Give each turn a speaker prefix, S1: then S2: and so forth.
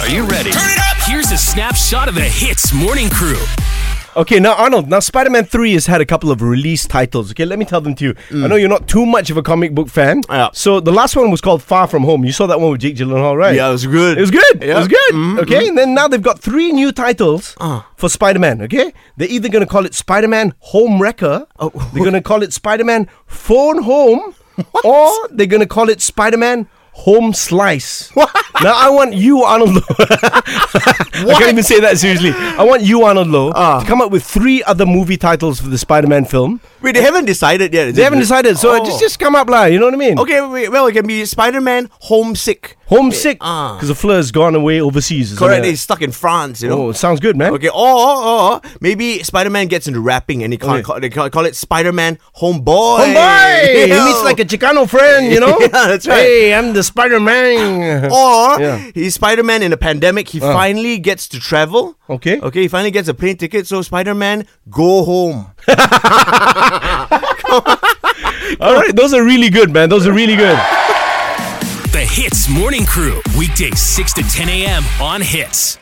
S1: Are you ready? Turn it up! Here's a snapshot of the Hits Morning Crew.
S2: Okay, now Arnold, now Spider Man 3 has had a couple of release titles. Okay, let me tell them to you. I know you're not too much of a comic book fan.
S3: Mm. Yeah.
S2: So the last one was called Far From Home. You saw that one with Jake Gyllenhaal, right?
S3: Yeah, it was good.
S2: It was good. It
S3: Yeah. Ah.
S2: was good.
S3: Mm,
S2: okay, and then now they've got three new titles for Spider Man. Okay, they're either going to call it Spider Man Home Wrecker,
S3: Oh.
S2: they're going to call it Spider Man Phone Home, or they're going to call it Spider Man. Home slice. Now I want you, Arnold. Lowe- I can't even say that seriously. I want you, Arnold Lowe,
S3: Ah.
S2: to come up with three other movie titles for the Spider-Man film.
S3: Wait, they haven't decided yet. is
S2: They
S3: it?
S2: haven't decided, so
S3: Oh.
S2: just just come up, lah. You know what I mean?
S3: Okay, wait, well, it can be Spider-Man homesick.
S2: Homesick,
S3: Ah.
S2: because the Fleur's gone away overseas. or
S3: Correct,
S2: something
S3: he's stuck in France, you
S2: like that.
S3: know.
S2: Oh, sounds good, man.
S3: Okay, or, or maybe Spider-Man gets into rapping and he can't
S2: Okay.
S3: call, they call, call it Spider-Man homeboy.
S2: Homeboy!
S3: Yeah.
S2: He meets like a Chicano friend, you know?
S3: Yeah, that's right. Oh.
S2: Hey, I'm the Spider Man.
S3: Or
S2: Oh. Yeah. Oh.
S3: he's Spider Man in a pandemic. He finally gets to travel.
S2: Okay.
S3: Okay. He finally gets a plane ticket. So Spider Man, go home.
S2: All right, those are really good, man. Those are really good.
S1: The Hits Morning Crew, weekdays 6 to 10 a.m. on Hits.